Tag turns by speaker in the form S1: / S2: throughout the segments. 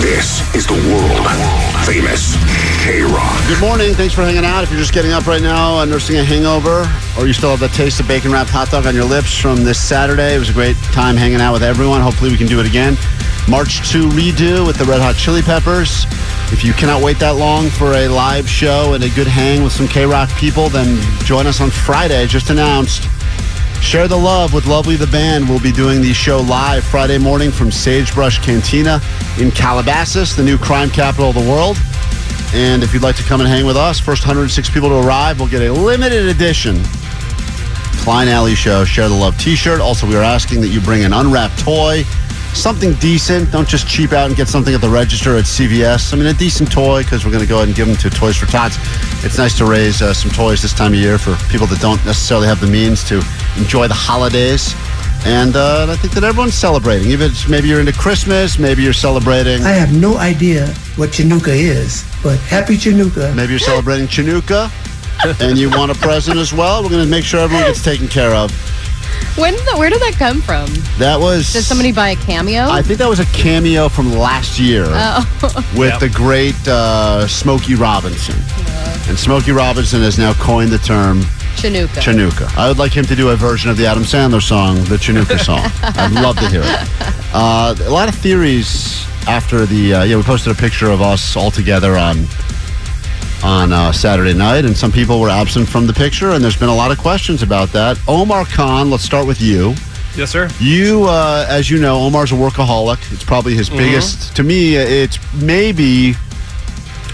S1: This is the world famous K Rock.
S2: Good morning. Thanks for hanging out. If you're just getting up right now and nursing a hangover, or you still have the taste of bacon wrapped hot dog on your lips from this Saturday, it was a great time hanging out with everyone. Hopefully, we can do it again. March 2 redo with the Red Hot Chili Peppers. If you cannot wait that long for a live show and a good hang with some K Rock people, then join us on Friday, just announced. Share the Love with Lovely the Band. We'll be doing the show live Friday morning from Sagebrush Cantina in Calabasas, the new crime capital of the world. And if you'd like to come and hang with us, first 106 people to arrive will get a limited edition Klein Alley Show Share the Love t shirt. Also, we are asking that you bring an unwrapped toy, something decent. Don't just cheap out and get something at the register at CVS. I mean, a decent toy because we're going to go ahead and give them to Toys for Tots. It's nice to raise uh, some toys this time of year for people that don't necessarily have the means to enjoy the holidays. And, uh, and I think that everyone's celebrating. Even if maybe you're into Christmas, maybe you're celebrating.
S3: I have no idea what Chinooka is, but happy Chinooka.
S2: Maybe you're celebrating Chinooka and you want a present as well. We're going to make sure everyone gets taken care of.
S4: When did that, where did that come from?
S2: That was.
S4: Did somebody buy a cameo?
S2: I think that was a cameo from last year with the great uh, Smokey Robinson. And Smokey Robinson has now coined the term
S4: Chinooka.
S2: Chinooka. I would like him to do a version of the Adam Sandler song, the Chinooka song. I'd love to hear it. Uh, a lot of theories after the uh, yeah, we posted a picture of us all together on on uh, Saturday night, and some people were absent from the picture, and there's been a lot of questions about that. Omar Khan, let's start with you.
S5: Yes, sir.
S2: You, uh, as you know, Omar's a workaholic. It's probably his
S5: Mm-hmm.
S2: biggest. To me, it's maybe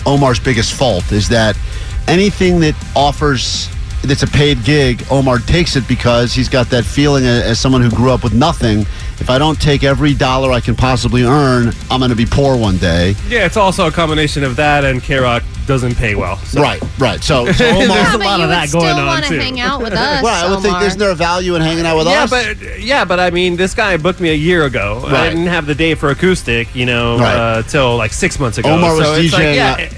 S2: Omar's biggest fault is that anything that offers that's a paid gig, Omar takes it because he's got that feeling a- as someone who grew up with nothing. If I don't take every dollar I can possibly earn, I'm going to be poor one day.
S5: Yeah, it's also a combination of that and K Rock doesn't pay well. So.
S2: Right, right. So, so
S5: There's
S2: Omar.
S5: a lot of that going on,
S4: want to
S5: too.
S4: hang out with us.
S2: Well, I would think
S4: Omar.
S2: isn't there a value in hanging out with
S5: Yeah,
S2: us?
S5: but yeah, but I mean, this guy booked me a year ago.
S2: Right.
S5: I didn't have the day for acoustic, you know,
S2: Right.
S5: uh, till like six months ago.
S2: Omar was
S5: so it's like,
S2: DJing,
S5: yeah,
S2: uh,
S5: it-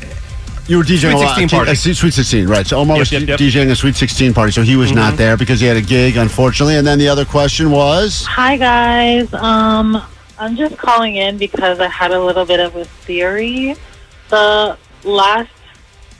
S2: You were DJing
S5: Sweet
S2: a lot.
S5: 16
S2: T-
S5: party.
S2: a Sweet 16, right. So Omar
S5: Yep,
S2: was
S5: yep, Mm-hmm. yep.
S2: DJing a Sweet 16 party, so he was not there because he had a gig, unfortunately. And then the other question was,
S6: Hi guys. Um, I'm just calling in because I had a little bit of a theory. The last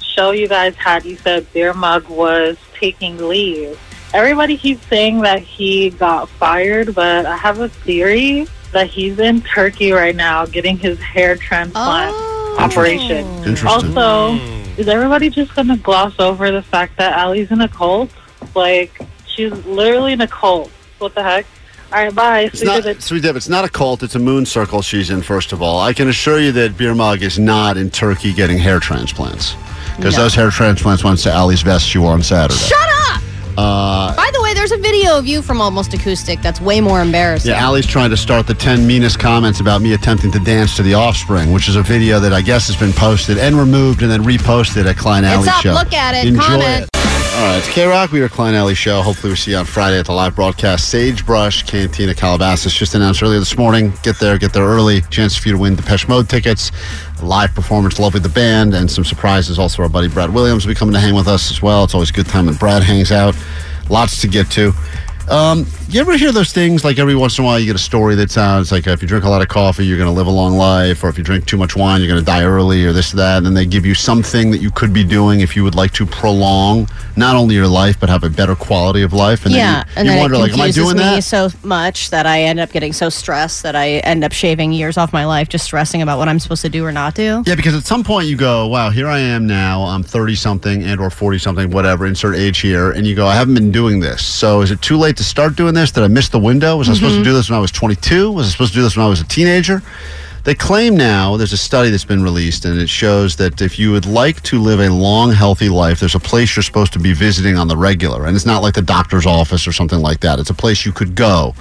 S6: show you guys had, you said Beer Mug was taking leave. Everybody keeps saying that he got fired, but I have a theory that he's in Turkey right now getting his hair transplant
S4: Oh.
S6: operation.
S2: interesting.
S6: Also, is everybody just going to gloss over the fact that Allie's in a cult? Like, she's literally in a cult. What the heck? All right, bye.
S2: It's
S6: Sleep
S2: not,
S6: with it.
S2: Sweet Dip, it's not a cult. It's a moon circle she's in, first of all. I can assure you that Beer Mug is not in Turkey getting hair transplants. Because
S4: No.
S2: those hair transplants went to Ali's vest she wore on Saturday.
S4: Shut up!
S2: Uh,
S4: By the way, there's a video of you from Almost Acoustic that's way more embarrassing.
S2: yeah, Ali's trying to start the 10 meanest comments about me attempting to dance to The Offspring, which is a video that I guess has been posted and removed and then reposted at Klein Alley
S4: It's up.
S2: Show.
S4: Look at it.
S2: Enjoy
S4: Comment.
S2: it. All right, it's K Rock. We are Klein Alley Show. Hopefully, we see you on Friday at the live broadcast. Sagebrush Cantina Calabasas just announced earlier this morning. Get there, get there early. Chance for you to win Depeche Mode tickets, live performance, love with the band, and some surprises. Also, our buddy Brad Williams will be coming to hang with us as well. It's always a good time when Brad hangs out. Lots to get to. Um, you ever hear those things like every once in a while you get a story that sounds like uh, if you drink a lot of coffee, you're going to live a long life, or if you drink too much wine, you're going to die early, or this, that. And then they give you something that you could be doing if you would like to prolong not only your life, but have a better quality of life. And
S4: yeah,
S2: then you, you
S4: then
S2: wonder,
S4: it
S2: like, am I
S4: confuses
S2: doing
S4: me
S2: that?
S4: so much that I end up getting so stressed that I end up shaving years off my life just stressing about what I'm supposed to do or not do.
S2: Yeah, because at some point you go, wow, here I am now. I'm 30 something and or 40 something, whatever, insert age here. And you go, I haven't been doing this. So is it too late to start doing this? Did I miss the window? Was I supposed to do this when I was 22? Was I supposed to do this when I was a teenager? They claim now there's a study that's been released and it shows that if you would like to live a long, healthy life, there's a place you're supposed to be visiting on the regular. And it's not like the doctor's office or something like that, it's a place you could go.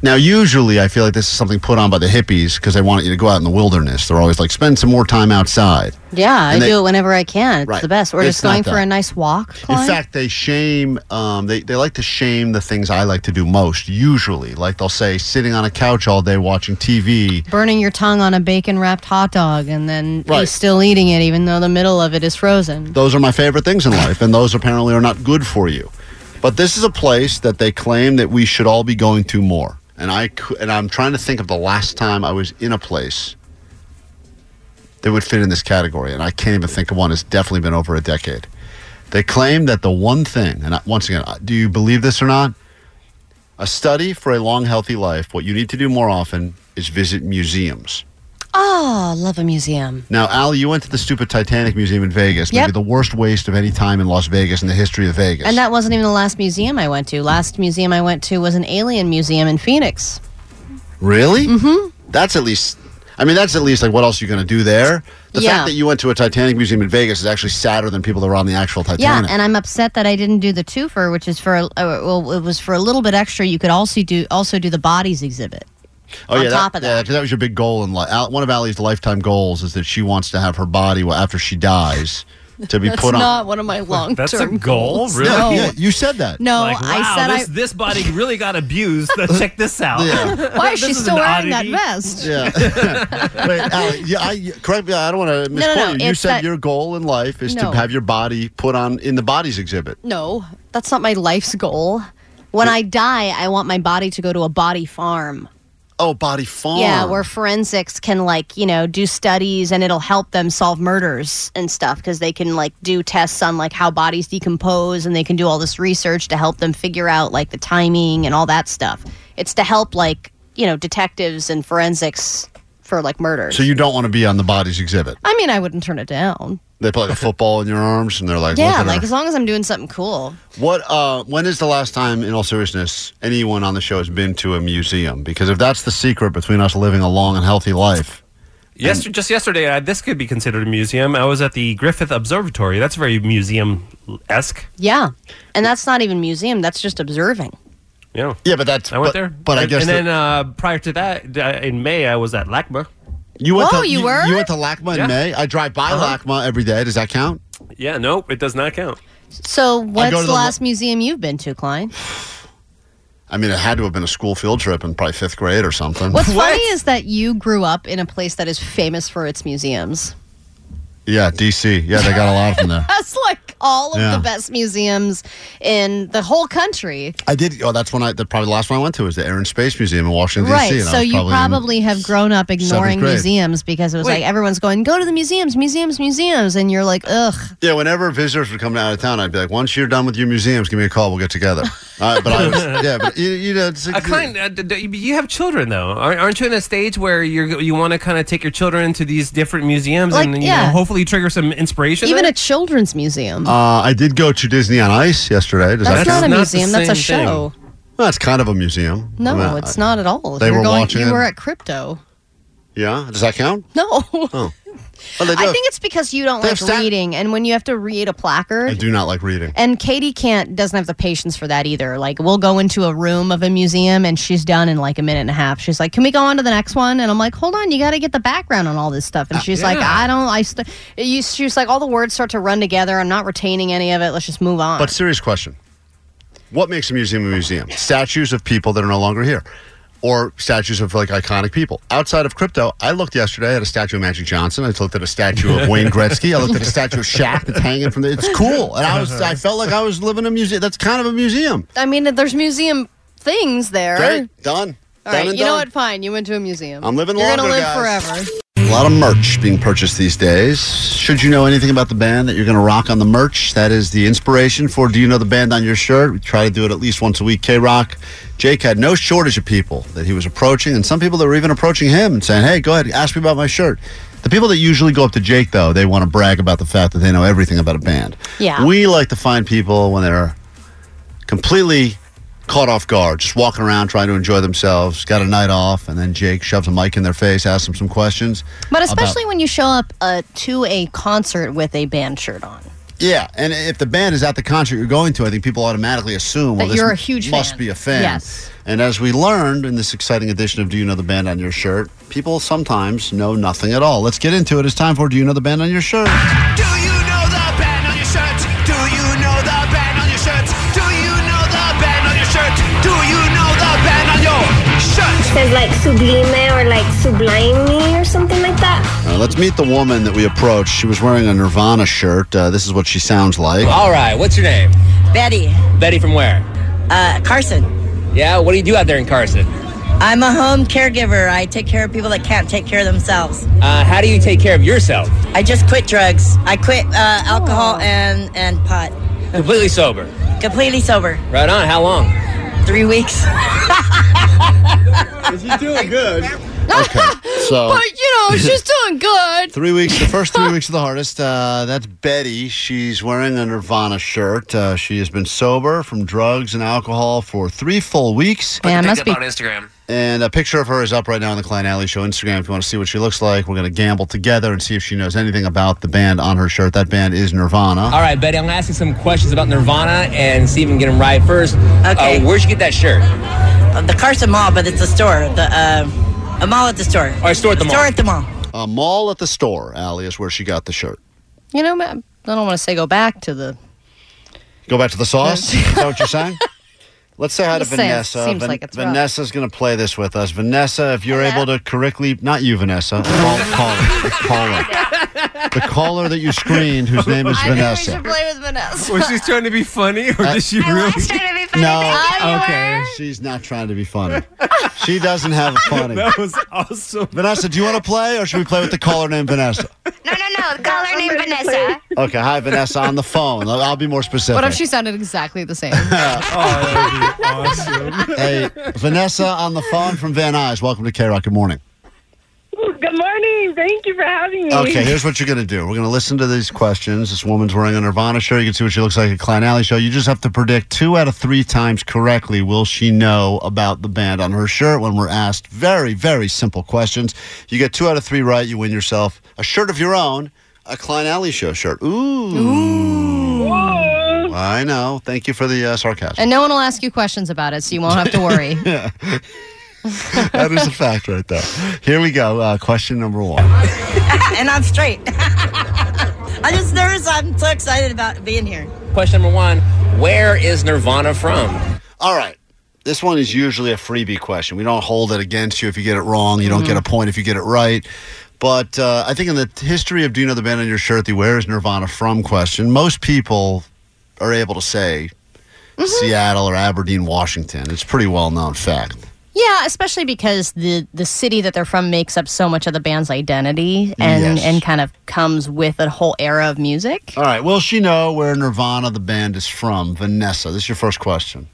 S2: Now, usually, I feel like this is something put on by the hippies because they want you to go out in the wilderness. They're always like, spend some more time outside.
S4: Yeah, I
S2: And they-
S4: do it whenever I can. It's
S2: Right.
S4: the best. Or
S2: It's
S4: just going
S2: not
S4: for
S2: that.
S4: a nice walk.
S2: In
S4: Colin.
S2: fact, they shame, um, they, they like to shame the things I like to do most, usually. Like they'll say, sitting on a couch all day watching TV.
S4: burning your tongue on a bacon wrapped hot dog and then
S2: Right.
S4: you're still eating it even though the middle of it is frozen.
S2: Those are my favorite things in life, and those apparently are not good for you. But this is a place that they claim that we should all be going to more. And I cou- and I'm trying to think of the last time I was in a place that would fit in this category, and I can't even think of one. It's definitely been over a decade. They claim that the one thing, and I- once again, I- do you believe this or not? A study for a long, healthy life. What you need to do more often is visit museums.
S4: Oh, love a museum.
S2: Now, Al, you went to the stupid Titanic Museum in Vegas.
S4: Yep.
S2: Maybe the worst waste of any time in Las Vegas in the history of Vegas.
S4: And that wasn't even the last museum I went to. Last museum I went to was an alien museum in Phoenix.
S2: really? Mm-hmm. That's at least. I mean, that's at least like what else are you going to do there? The
S4: Yeah.
S2: fact that you went to a Titanic museum in Vegas is actually sadder than people that were on the actual
S4: Yeah,
S2: Titanic.
S4: and I'm upset that I didn't do the twofer, which is for uh, well, it was for a little bit extra. You could also do also do the bodies exhibit.
S2: oh
S4: on
S2: yeah,
S4: top
S2: that,
S4: of that.
S2: yeah, because that was your big goal in life. Al, one of Allie's lifetime goals is that she wants to have her body well, after she dies to be put on.
S4: one of my long
S5: That's a goal, really.
S2: Yeah, yeah, you said that.
S4: No,
S5: Like, wow,
S4: I said
S5: this, this body really got abused. Let's check this out.
S2: Yeah.
S4: I. Why is
S5: This
S4: she
S5: an
S4: still wearing that
S5: oddity.
S4: vest?
S2: Yeah. Wait, Allie, yeah, I, correct me. I don't want to misquote
S4: no,
S2: you. You
S4: it's
S2: said
S4: that-
S2: your goal in life is
S4: No.
S2: to have your body put on in the bodies exhibit.
S4: No, that's not my life's goal. When I die, I want my body to go to a body farm.
S2: Oh, body farm.
S4: Yeah, where forensics can like you know do studies and it'll help them solve murders and stuff because they can like do tests on like how bodies decompose and they can do all this research to help them figure out like the timing and all that stuff. It's to help like you know detectives and forensics for like murders.
S2: So you don't want to be on the bodies exhibit.
S4: I mean, I wouldn't turn it down.
S2: They put like a football in your arms, and they're like,
S4: Yeah,
S2: look at
S4: like
S2: her.
S4: as long as I'm doing something cool.
S2: what? Uh, when is the last time, in all seriousness, anyone on the show has been to a museum? Because if that's the secret between us living a long and healthy life,
S5: Yes, just yesterday, I, this could be considered a museum. I was at the Griffith Observatory. That's very museum esque.
S4: Yeah, and that's not even museum. That's just observing.
S5: Yeah.
S2: yeah, but that's
S5: I went
S2: but,
S5: there.
S2: But I
S5: And-
S2: guess
S5: And
S2: that-
S5: then uh, prior to that, uh, in May, I was at LACMA.
S2: you went.
S4: Oh,
S2: to,
S4: you were?
S2: You went to LACMA in
S5: Yeah. Uh-huh.
S2: May. I drive by LACMA every day. Does that count?
S5: Yeah, no, it does not count.
S4: So what's
S2: to
S4: the,
S2: the lo-
S4: last museum you've been to, Klein?
S2: I mean, it had to have been a school field trip in probably fifth grade or something.
S4: What's
S5: What?
S4: funny is that you grew up in a place that is famous for its museums.
S2: Yeah, DC. Yeah, they got a lot of them there.
S4: That's like all of
S2: Yeah.
S4: the best museums in the whole country.
S2: I did. Oh, that's when I. The probably the last one I went to was the Air and Space Museum in Washington D.C.
S4: Right.
S2: and I
S4: So
S2: was
S4: you
S2: probably in-
S4: probably have grown up ignoring
S2: grade.
S4: museums because it was like everyone's going, go to the museums, museums, museums. And you're like, ugh.
S2: yeah. Whenever visitors would come out of town, I'd be like, "Once you're done with your museums, give me a call. We'll get together." All right, but I was. Yeah, but you, you know, it's
S5: Uh, Klein, uh, d- d- you have children though, Aren't- aren't you? In a stage where you're you want to kind of take your children to these different museums
S4: Like,
S5: and you
S4: yeah.
S5: know, hopefully trigger some inspiration.
S4: Even
S5: there?
S4: a children's museum.
S2: Uh, I did go to Disney on Ice yesterday. Does that
S4: that's not
S2: count?
S4: a
S5: not the
S4: museum, that's a
S5: same thing.
S4: show.
S2: Well, that's kind of a museum. Uh,
S4: No,
S2: I mean,
S4: it's
S2: I-
S4: not at all.
S2: They
S4: You're
S2: were
S4: going,
S2: watching
S4: You
S2: it?
S4: were at crypto.
S2: Yeah. Does that count?
S4: No.
S2: Well, they do
S4: I
S2: have-
S4: think it's because you don't
S2: They
S4: like
S2: have stat-
S4: reading. And when you have to read a placard,
S2: I do not like reading.
S4: And Katie can't doesn't have the patience for that either. Like we'll go into a room of a museum and she's done in like a minute and a half. She's like, "Can we go on to the next one?" And I'm like, "Hold on, you got to get the background on all this stuff."
S2: Ah,
S4: And she's like, "I don't. I st-, you, she was like, all the words start to run together. I'm not retaining any of it. Let's just move on."
S2: But serious question: What makes a museum a museum? Statues of people that are no longer here, or statues of like iconic people. Outside of crypto, I looked yesterday at a statue of Magic Johnson. I looked at a statue of Wayne Gretzky. I looked at a statue of Shaq that's hanging from the. It's cool, and I was I felt like I was living in a museum. That's kind of a museum.
S4: I mean, there's museum
S7: things there.
S2: Great. Done.
S7: All
S2: done
S7: right,
S2: and
S7: you know
S2: done.
S7: what? Fine, you went to a museum.
S2: I'm living
S7: You're gonna
S2: longer,
S7: live
S2: guys.
S7: forever.
S2: A lot of merch being purchased these days. Should you know anything about the band that you're going to rock on the merch, that is the inspiration for Do You Know the Band on Your Shirt. We try to do it at least once a week. K Rock. Jake had no shortage of people that he was approaching, and some people that were even approaching him and saying, hey, go ahead, ask me about my shirt. The people that usually go up to Jake, though, they want to brag about the fact that they know everything about a band.
S4: Yeah.
S2: We like to find people when they're completely caught off guard, just walking around trying to enjoy themselves, got a night off, and then Jake shoves a mic in their face, asks them some questions.
S4: But especially when you show up uh, to a concert with a band shirt on.
S2: Yeah, and if the band is at the concert you're going to, I think people automatically assume well,
S4: That
S2: this
S4: you're a huge
S2: must
S4: fan.
S2: be a fan.
S4: Yes.
S2: And as we learned in this exciting edition of Do You Know the Band on Your Shirt, people sometimes know nothing at all. Let's get into it. It's time for Do You Know the Band on Your Shirt.
S8: Do you know the band on your shirts? Do you know the band on your shirts? Do you know the band on your shirts? Do you know the band on your shirts?
S9: says like sublime or like sublime or something like that.
S2: Uh, let's meet the woman that we approached. She was wearing a Nirvana shirt. Uh, this is what she sounds like.
S4: Oh.
S10: All right, what's your name?
S11: Betty,
S10: Betty from where?
S11: uh, Carson.
S10: Yeah, what do you do out there in Carson?
S11: I'm a home caregiver. I take care of people that can't take care of themselves.
S10: Uh, how do you take care of yourself?
S11: I just quit drugs. I quit uh, alcohol and, and pot.
S10: Completely sober.
S11: Completely sober.
S10: Right on, how long?
S11: Three weeks.
S2: Okay. So.
S7: But you know, she's doing good.
S2: Three weeks, the first three weeks of the hardest. Uh, that's Betty. She's wearing a Nirvana shirt. Uh, she has been sober from drugs and alcohol for three full weeks.
S4: Yeah, it must be.
S10: Instagram.
S2: And a picture of her is up right now on the Klein Alley Show Instagram. If you want to see what she looks like, we're going to gamble together and see if she knows anything about the band on her shirt. That band is Nirvana.
S10: All right, Betty, I'm gonna ask you some questions about Nirvana and see if we can get them right first.
S11: Okay.
S10: Uh, where'd you get that shirt?
S11: the Carson Mall, but it's a store. The uh, a mall at the store.
S10: Or a store at the mall.
S11: Store at the mall.
S2: A mall at the store, Alley, is where she got the shirt.
S7: You know, I don't want to say go back to the.
S2: Go back to the sauce. is that what you're saying? Let's say hi to
S7: Just saying,
S2: Vanessa.
S7: seems like it's rough.
S2: Vanessa's going to play this with us. Vanessa, if you're able to correctly, not you, Vanessa, call, caller, the caller, the caller that you screened, whose name is Vanessa.
S7: play with Vanessa.
S5: Was she trying to be funny,
S11: Uh,
S5: or did she really?
S2: No,
S5: Okay,
S2: she's not trying to be funny. She doesn't have a funny.
S5: that was awesome.
S2: Vanessa, do you want to play, or should we play with the caller named Vanessa?
S9: No, no, no. Call her name Vanessa.
S2: Okay, hi, Vanessa, on the phone. I'll- I'll be more specific.
S7: What if she sounded exactly the same?
S5: Oh, that would be awesome.
S2: hey, Vanessa on the phone from Van Nuys. Welcome to K Rock. Good morning.
S6: Good morning. Thank you for having me.
S2: Okay, here's what you're going to do. We're going to listen to these questions. This woman's wearing a Nirvana shirt. You can see what she looks like at Klein Alley Show. You just have to predict two out of three times correctly will she know about the band on her shirt when we're asked very, very simple questions. You get two out of three right, you win yourself a shirt of your own, a Klein Alley Show shirt. Ooh. I know. Thank you for the uh, sarcasm.
S7: and no one will ask you questions about it, so you won't have to worry.
S2: that is a fact right there. Here we go. Uh, question number one.
S11: And I'm straight. I'm just nervous. I'm so excited about being here.
S10: Question number one Where is Nirvana from?
S2: All right. This one is usually a freebie question. We don't hold it against you if you get it wrong. You don't get a
S7: Mm-hmm.
S2: point if you get it right. But uh, I think in the history of Do You Know the Band on Your Shirt, the Where is Nirvana from question, most people are able to say
S7: Mm-hmm.
S2: Seattle or Aberdeen, Washington. It's a pretty well known fact.
S4: Yeah, especially because the the city that they're from makes up so much of the band's identity and
S2: Yes.
S4: and kind of comes with a whole era of music.
S11: Oh,
S2: All right. Will she know where Nirvana, the band, is from? Vanessa, this is your first question.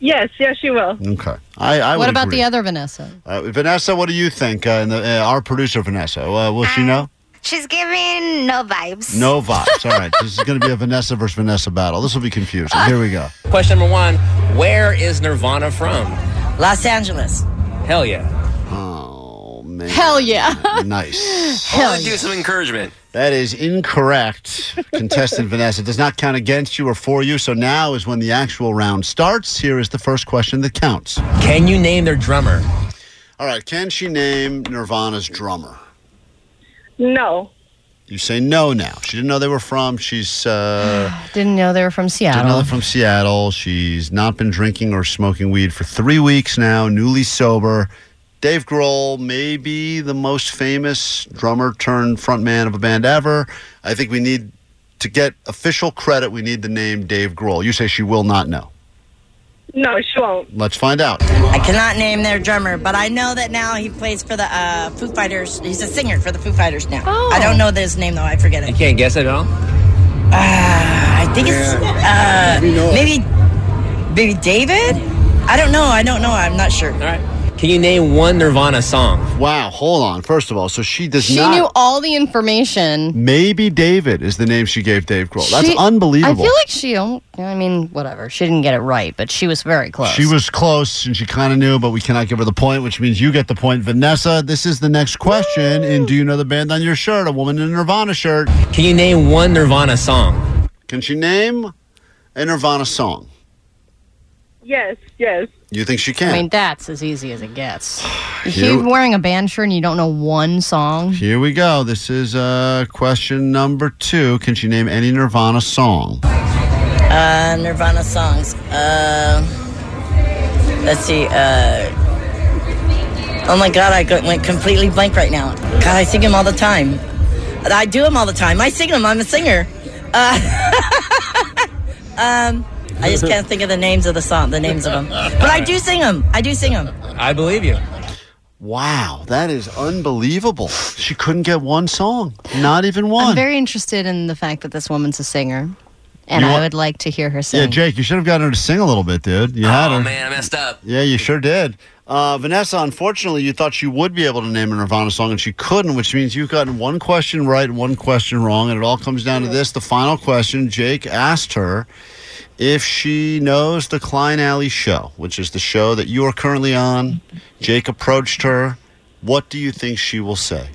S6: Yes, yes, she will.
S2: Okay. I, I
S7: what
S2: would
S7: about
S2: agree.
S7: the other Vanessa?
S2: Uh, Vanessa, what do you think? Uh, and the, uh, our producer, Vanessa, uh, will she know?
S9: She's giving no vibes.
S2: No vibes. All right. This is going to be a Vanessa versus Vanessa battle. This will be confusing. Here we go.
S10: Question number one Where is Nirvana from?
S11: Los Angeles.
S10: Hell yeah.
S2: Oh, man.
S7: Hell yeah.
S2: Nice.
S10: Hell do some encouragement.
S2: That is incorrect. Contestant Vanessa does not count against you or for you. So now is when the actual round starts. Here is the first question that counts.
S10: Can you name their drummer?
S2: All right. Can she name Nirvana's drummer?
S6: No.
S2: You say no now. She didn't know they were from. She's uh,
S7: Didn't know they were from
S2: didn't know
S7: Seattle.
S2: they're from Seattle. She's not been drinking or smoking weed for three weeks now. Newly sober. Dave Grohl, maybe the most famous drummer turned frontman of a band ever. I think we need to get official credit. We need the name Dave Grohl. You say she will not know.
S11: No, she won't.
S2: Let's find out.
S11: I cannot name their drummer, but I know that now he plays for the uh, Foo Fighters. He's a singer for the Foo Fighters now.
S6: Oh.
S11: I don't know his name though. I forget it.
S10: You can't guess it at all?
S11: I think it's uh, maybe maybe David. I don't know. I don't know. I'm not sure. All
S10: right. Can you name one Nirvana song?
S2: Wow, hold on. First of all, so she does
S7: She
S2: not.
S7: knew all the information.
S2: Maybe David is the name she gave Dave Grohl. That's
S7: She-
S2: unbelievable.
S7: I feel like she, don't- I mean, whatever. She didn't get it right, but she was very close.
S2: She was close and she kind of knew, but we cannot give her the point, which means you get the point. Vanessa, this is the next question. And do you know the band on your shirt? A woman in a Nirvana shirt.
S10: Can you name one Nirvana song?
S2: Can she name a Nirvana song?
S7: Yes, yes.
S2: You think she can?
S7: I mean, that's as easy as it gets. If
S2: Here
S7: you're
S2: we-
S7: wearing a band shirt and you don't know one song,
S2: Here we go. This is uh, question number two. Can she name any Nirvana song?
S11: Uh, Nirvana songs. Uh, let's see. Uh, oh my God, I go- went completely blank right now. God, I sing them all the time. I do them all the time. I sing them. I'm a singer. Uh, um, I just can't think of the names of the song, the names of them. But I do sing them. I do sing them.
S10: I believe you.
S2: Wow, that is unbelievable. She couldn't get one song, not even
S7: I'm
S2: one.
S7: very interested in the fact that this woman's a singer, and
S2: You
S7: I
S2: want-
S7: would like to hear her sing.
S2: yeah, Jake, you should have gotten her to sing a little bit, dude. You had her.
S10: Oh, man, I messed up.
S2: Yeah, you sure did. Uh, Vanessa, unfortunately, you thought she would be able to name a Nirvana song, and she couldn't, which means you've gotten one question right and one question wrong. And it all comes down to this the final question. Jake asked her if she knows the Klein Alley show, which is the show that you are currently on. Jake approached her. What do you think she will say?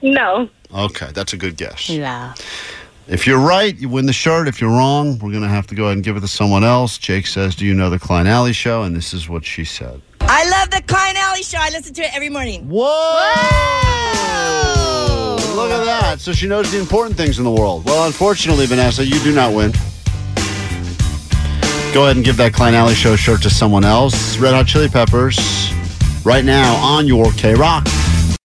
S6: No.
S2: Okay, that's a good guess.
S7: Yeah.
S2: If you're right, you win the shirt. If you're wrong, we're going to have to go ahead and give it to someone else. Jake says, Do you know the Klein Alley show? And this is what she said.
S11: I love the Klein Alley show. I listen to it every morning.
S2: Whoa! Look at that. So she knows the important things in the world. Well, unfortunately, Vanessa, you do not win. Go ahead and give that Klein Alley Show shirt to someone else. Red Hot Chili Peppers, right now on your K Rock.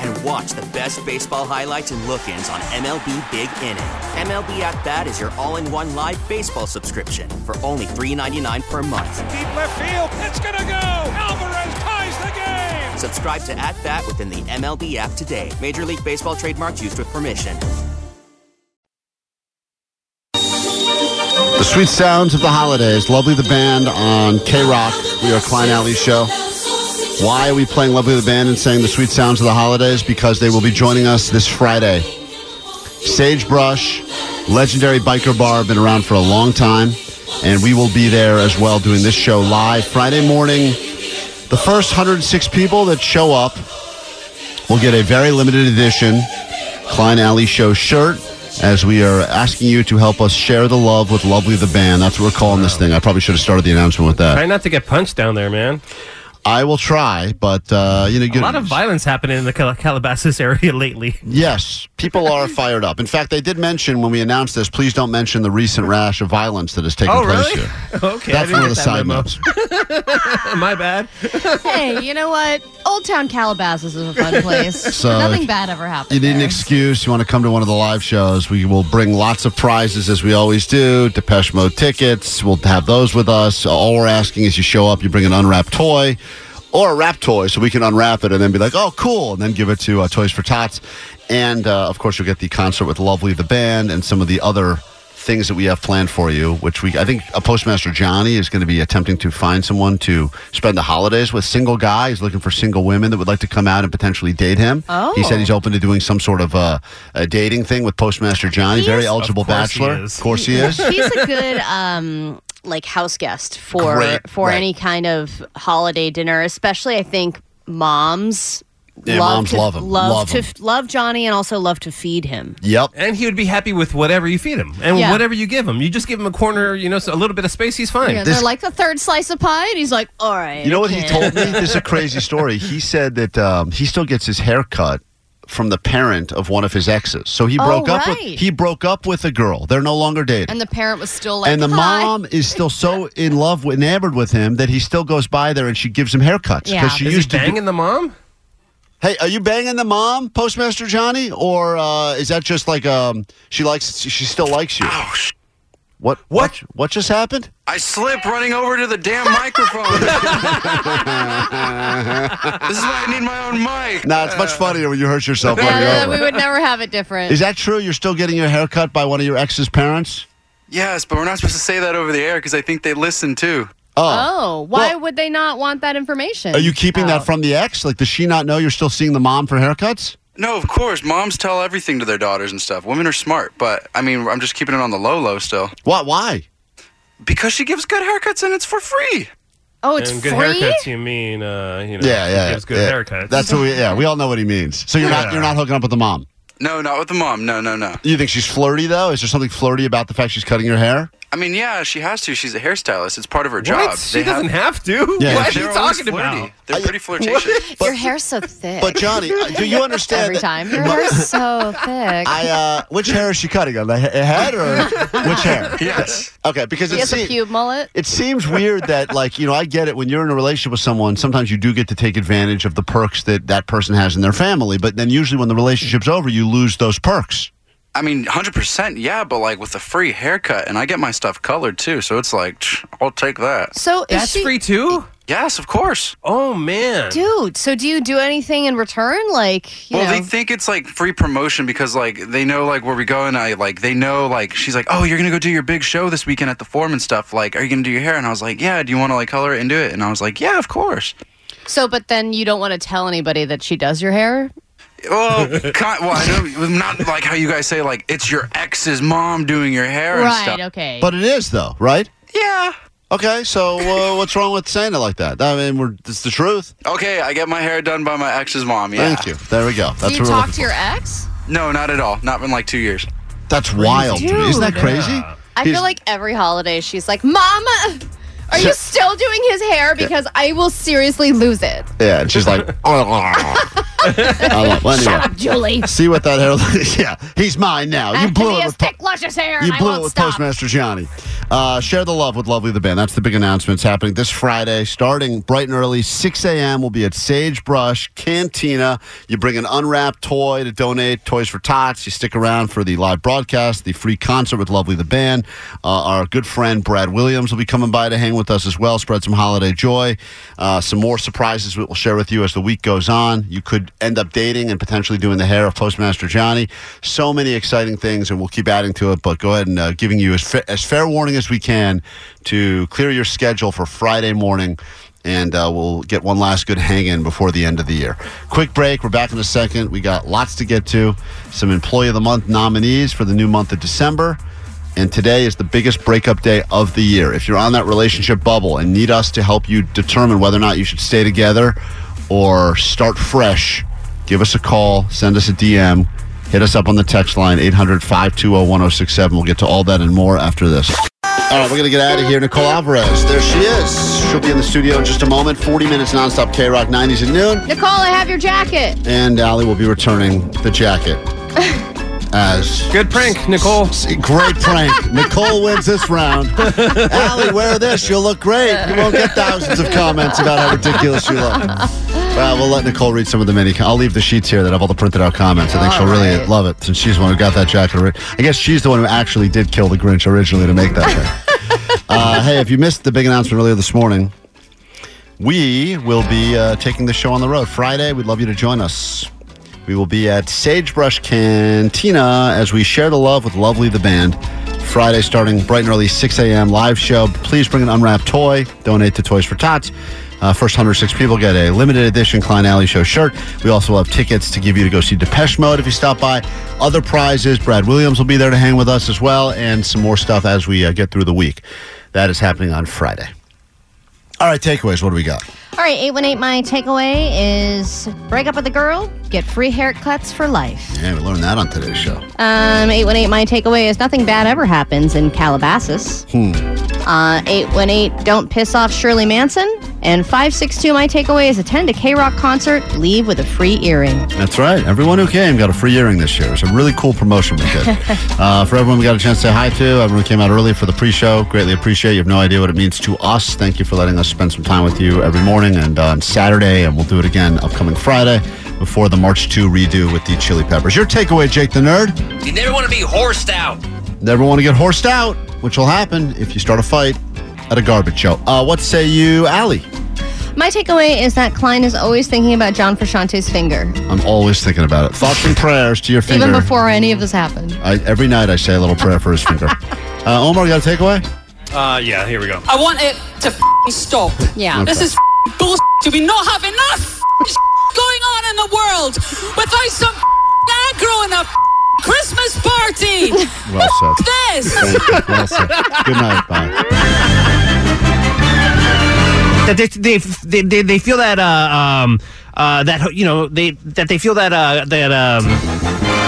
S12: and watch the best baseball highlights and look ins on MLB Big Inning. MLB At Bat is your all in one live baseball subscription for only $3.99 per month.
S13: Deep left field, it's gonna go. Alvarez ties the game.
S12: Subscribe to At Bat within the MLB app today. Major League Baseball trademarks used with permission.
S2: The sweet sounds of the holidays. Lovely the Band on K Rock. We are Klein Alley Show. Why are we playing Lovely the Band and saying the sweet sounds of the holidays? Because they will be joining us this Friday. Sagebrush, legendary biker bar, been around for a long time. And we will be there as well doing this show live Friday morning. The first 106 people that show up we will get a very limited edition Klein Alley Show shirt as we are asking you to help us share the love with Lovely the Band. That's what we're calling this thing. I probably should have started the announcement with that.
S5: Try not to get punched down there, man.
S2: I will try, but uh, you know,
S5: A
S2: you-
S5: lot of violence happening in the Cal- Calabasas area lately.
S2: Yes, people are fired up. In fact, they did mention when we announced this, please don't mention the recent rash of violence that has taken
S5: Oh,
S2: place
S5: really?
S2: here.
S5: Okay,
S2: That's one of the side notes.
S5: My bad.
S7: hey, you know what? Old Town Calabasas is a fun place.
S2: So
S7: Nothing
S2: if
S7: bad ever happened.
S2: You need an
S7: there.
S2: excuse. You want to come to one of the live shows. We will bring lots of prizes as we always do. Depeche Mode tickets. We'll have those with us. All we're asking is you show up, you bring an unwrapped toy or a wrapped toy so we can unwrap it and then be like, oh, cool. And then give it to uh, Toys for Tots. And uh, of course, you'll get the concert with Lovely the Band and some of the other things that we have planned for you, which we I think a postmaster Johnny is going to be attempting to find someone to spend the holidays with. Single guy, he's looking for single women that would like to come out and potentially date him.
S8: Oh.
S2: He said he's open to doing some sort of uh, a dating thing with postmaster Johnny.
S4: He
S2: Very
S4: is-
S2: eligible
S4: Of course he
S2: bachelor.
S4: is.
S2: Of course he is.
S4: He's a good um like house guest for
S2: Great,
S4: for
S2: right.
S4: any kind of holiday dinner, especially I think moms
S5: Yeah,
S4: love
S5: moms
S4: to,
S5: love him, love
S4: to
S5: him.
S4: love Johnny and also love to feed him.
S2: Yep.
S5: And he would be happy with whatever you feed him and
S4: Yeah.
S5: whatever you give him. You just give him a corner, you know, so a little bit of space, he's fine.
S4: Yeah, they're like the third slice of pie, and he's like, "All right."
S2: You know
S4: I
S2: what he
S4: can't."
S2: told me? This is a crazy story. He said that um, he still gets his hair cut from the parent of one of his exes. So he
S14: Oh,
S2: broke up with
S14: right.
S2: he broke up with a girl. They're no longer dating.
S14: And the parent was still like,
S2: And the
S14: "Hi."
S2: mom is still so in love, with, enamored with him that he still goes by there and she gives him haircuts because
S5: Yeah.
S2: she
S5: Is he
S2: used to
S5: banging the mom.
S2: Hey, are you banging the mom, Postmaster Johnny, or uh, is that just like um, she likes she still likes you? What what what just happened?
S15: I slip running over to the damn microphone. this is why I need my own mic.
S2: Nah, it's much funnier when you hurt yourself. on your
S7: Uh, Yeah,
S2: own.
S7: we would never have it different.
S2: Is that true? You're still getting your hair cut by one of your ex's parents?
S15: Yes, but we're not supposed to say that over the air because I think they listen too.
S7: Oh, why would they not want that information?
S2: Are you keeping
S5: Oh.
S2: that from the ex? Like, does she not know you're still seeing the mom for haircuts?
S15: No, of course. Moms tell everything to their daughters and stuff. Women are smart, but I mean, I'm just keeping it on the low low still.
S2: What? Why?
S15: Because she gives good haircuts and it's for free.
S7: Oh,
S5: and good haircuts, you mean, uh, you know,
S2: yeah, yeah,
S5: he gives good
S2: yeah.
S5: haircuts.
S2: That's what we. Yeah, we all know what he means. So you're not
S5: Yeah.
S2: you're not hooking up with the mom.
S15: No, not with the mom. No, no, no.
S2: You think she's flirty though? Is there something flirty about the fact she's cutting your hair?
S15: I mean, yeah, she has to. She's a hairstylist. It's part of her
S2: What?
S15: job.
S2: She doesn't have to? Yeah. What are
S15: They're
S2: you
S15: always
S2: talking about?
S15: flirty. They're pretty flirtatious.
S14: Your hair's so thick.
S2: But Johnny, uh, do you understand
S14: Every
S2: that-
S14: time. Your hair's so thick.
S2: I uh, which hair is she cutting on the he- head or which hair? Yes. Okay, because
S7: He
S2: it
S7: has a
S2: seems
S7: cube mullet.
S2: it seems weird that like you know I get it when you're in a relationship with someone sometimes you do get to take advantage of the perks that that person has in their family, but then usually when the relationship's over you lose those perks.
S15: I mean, 100%, yeah, but like with a free haircut, and I get my stuff colored too, so it's like, tch, I'll take that.
S7: So is
S5: That's
S7: she-
S5: free too?
S15: Yes, of course.
S5: Oh, man.
S7: Dude, so do you do anything in return? Like, you
S15: well,
S7: know.
S15: they think it's like free promotion because like they know like where we go, and I like they know like she's like, oh, you're gonna go do your big show this weekend at the Forum and stuff. Like, are you gonna do your hair? And I was like, yeah. Do you want to like color it and do it? And I was like, yeah, of course.
S7: so, but then you don't want to tell anybody that she does your hair?
S15: Well, kind, Oh, well, I know not like how you guys say like it's your ex's mom doing your hair and
S7: Right,
S15: stuff.
S7: okay.
S2: But it is though, right?
S15: Yeah.
S2: Okay, so uh, what's wrong with saying it like that? I mean, we're it's the truth.
S15: Okay, I get my hair done by my ex's mom. Yeah.
S2: Thank you. There we go. That's
S14: Do you
S2: what we're
S14: talk
S2: looking
S14: to your ex?
S15: you. No, not at all. Not in like two years.
S2: That's wild. to me. Isn't that
S14: Dude.
S2: crazy?
S14: I
S2: He's-
S14: feel like every holiday she's like, Mama, are you still doing his hair? Because I will seriously lose it.
S2: Yeah, and she's like, "Oh." I love, well, anyway,
S14: Shut up, Julie.
S2: See what that hair looks Yeah, he's mine now.
S4: Uh,
S2: You blew it with, po-
S14: luscious hair.
S2: you blew it with Postmaster Johnny. Uh, share the love with Lovely the Band. That's the big announcement. It's happening this Friday, starting bright and early, 6 a.m. We'll be at Sagebrush Cantina. You bring an unwrapped toy to donate, Toys for Tots. You stick around for the live broadcast, the free concert with Lovely the Band. Uh, our good friend Brad Williams will be coming by to hang with us as well, spread some holiday joy. Uh, some more surprises we will share with you as the week goes on. You could end up dating and potentially doing the hair of Postmaster Johnny. So many exciting things, and we'll keep adding to it. But go ahead and uh, giving you as, fa- as fair warning as we can to clear your schedule for Friday morning. And uh, we'll get one last good hang in before the end of the year. Quick break. We're back in a second. We got lots to get to. Some Employee of the Month nominees for the new month of December. And today is the biggest breakup day of the year. If you're on that relationship bubble and need us to help you determine whether or not you should stay together or start fresh, give us a call, send us a DM, hit us up on the text line 800 520 1067. We'll get to all that and more after this. All right, we're going to get out of here. Nicole Alvarez, there she is. She'll be in the studio in just a moment. 40 minutes nonstop K Rock 90s at noon.
S7: Nicole, I have your jacket.
S2: And Allie will be returning the jacket as
S5: good prank, Nicole.
S2: Great prank. Nicole wins this round. Allie, wear this. You'll look great. You won't get thousands of comments about how ridiculous you look. Well, we'll let Nicole read some of the many. I'll leave the sheets here that have all the printed out comments. I think she'll really love it since she's the one who got that jacket. ori- I guess she's the one who actually did kill the Grinch originally to make that thing. uh, hey, if you missed the big announcement earlier this morning, we will be uh, taking the show on the road Friday. We'd love you to join us. We will be at Sagebrush Cantina as we share the love with Lovely the Band Friday starting bright and early 6 a.m. live show. Please bring an unwrapped toy. Donate to Toys for Tots. Uh, first 106 people get a limited edition Klein Alley Show shirt. We also have tickets to give you to go see Depeche Mode if you stop by. Other prizes. Brad Williams will be there to hang with us as well, and some more stuff as we uh, get through the week. That is happening on Friday. All right, takeaways. What do we got?
S4: All right, 818, my takeaway is break up with a girl, get free haircuts for life.
S2: Yeah, we learned that on today's show.
S4: Um, 818, my takeaway is nothing bad ever happens in Calabasas.
S2: Hmm.
S4: Uh, 818, don't piss off Shirley Manson. And 562, my takeaway is attend a K Rock concert, leave with a free earring.
S2: That's right. Everyone who came got a free earring this year. It's a really cool promotion we did. uh, for everyone we got a chance to say hi to, everyone who came out early for the pre show, greatly appreciate. You have no idea what it means to us. Thank you for letting us spend some time with you every morning and uh, on Saturday, and we'll do it again upcoming Friday before the March 2 redo with the Chili Peppers. Your takeaway, Jake the Nerd.
S10: You never want to be horsed out.
S2: Never want to get horsed out, which will happen if you start a fight at a garbage show. Uh, what say you, Allie?
S4: My takeaway is that Klein is always thinking about John Frusciante's finger,
S2: I'm always thinking about it. Thoughts and prayers to your finger.
S4: even before any of this happened.
S2: I, every night I say a little prayer for his finger. Uh, Omar, you got a takeaway?
S5: Uh, yeah, here we go.
S16: I want it to f***ing stop.
S2: Yeah.
S16: This
S2: Okay.
S16: is f***ing bullshit. Do we not have enough f***ing going on in the world without some f***ing aggro in a f***ing Christmas party?
S2: Well said.
S16: F- this.
S2: Thank you. Well said. Good night. Bye.
S5: that they they they, they, they feel that uh, um uh that you know they that they feel that uh that um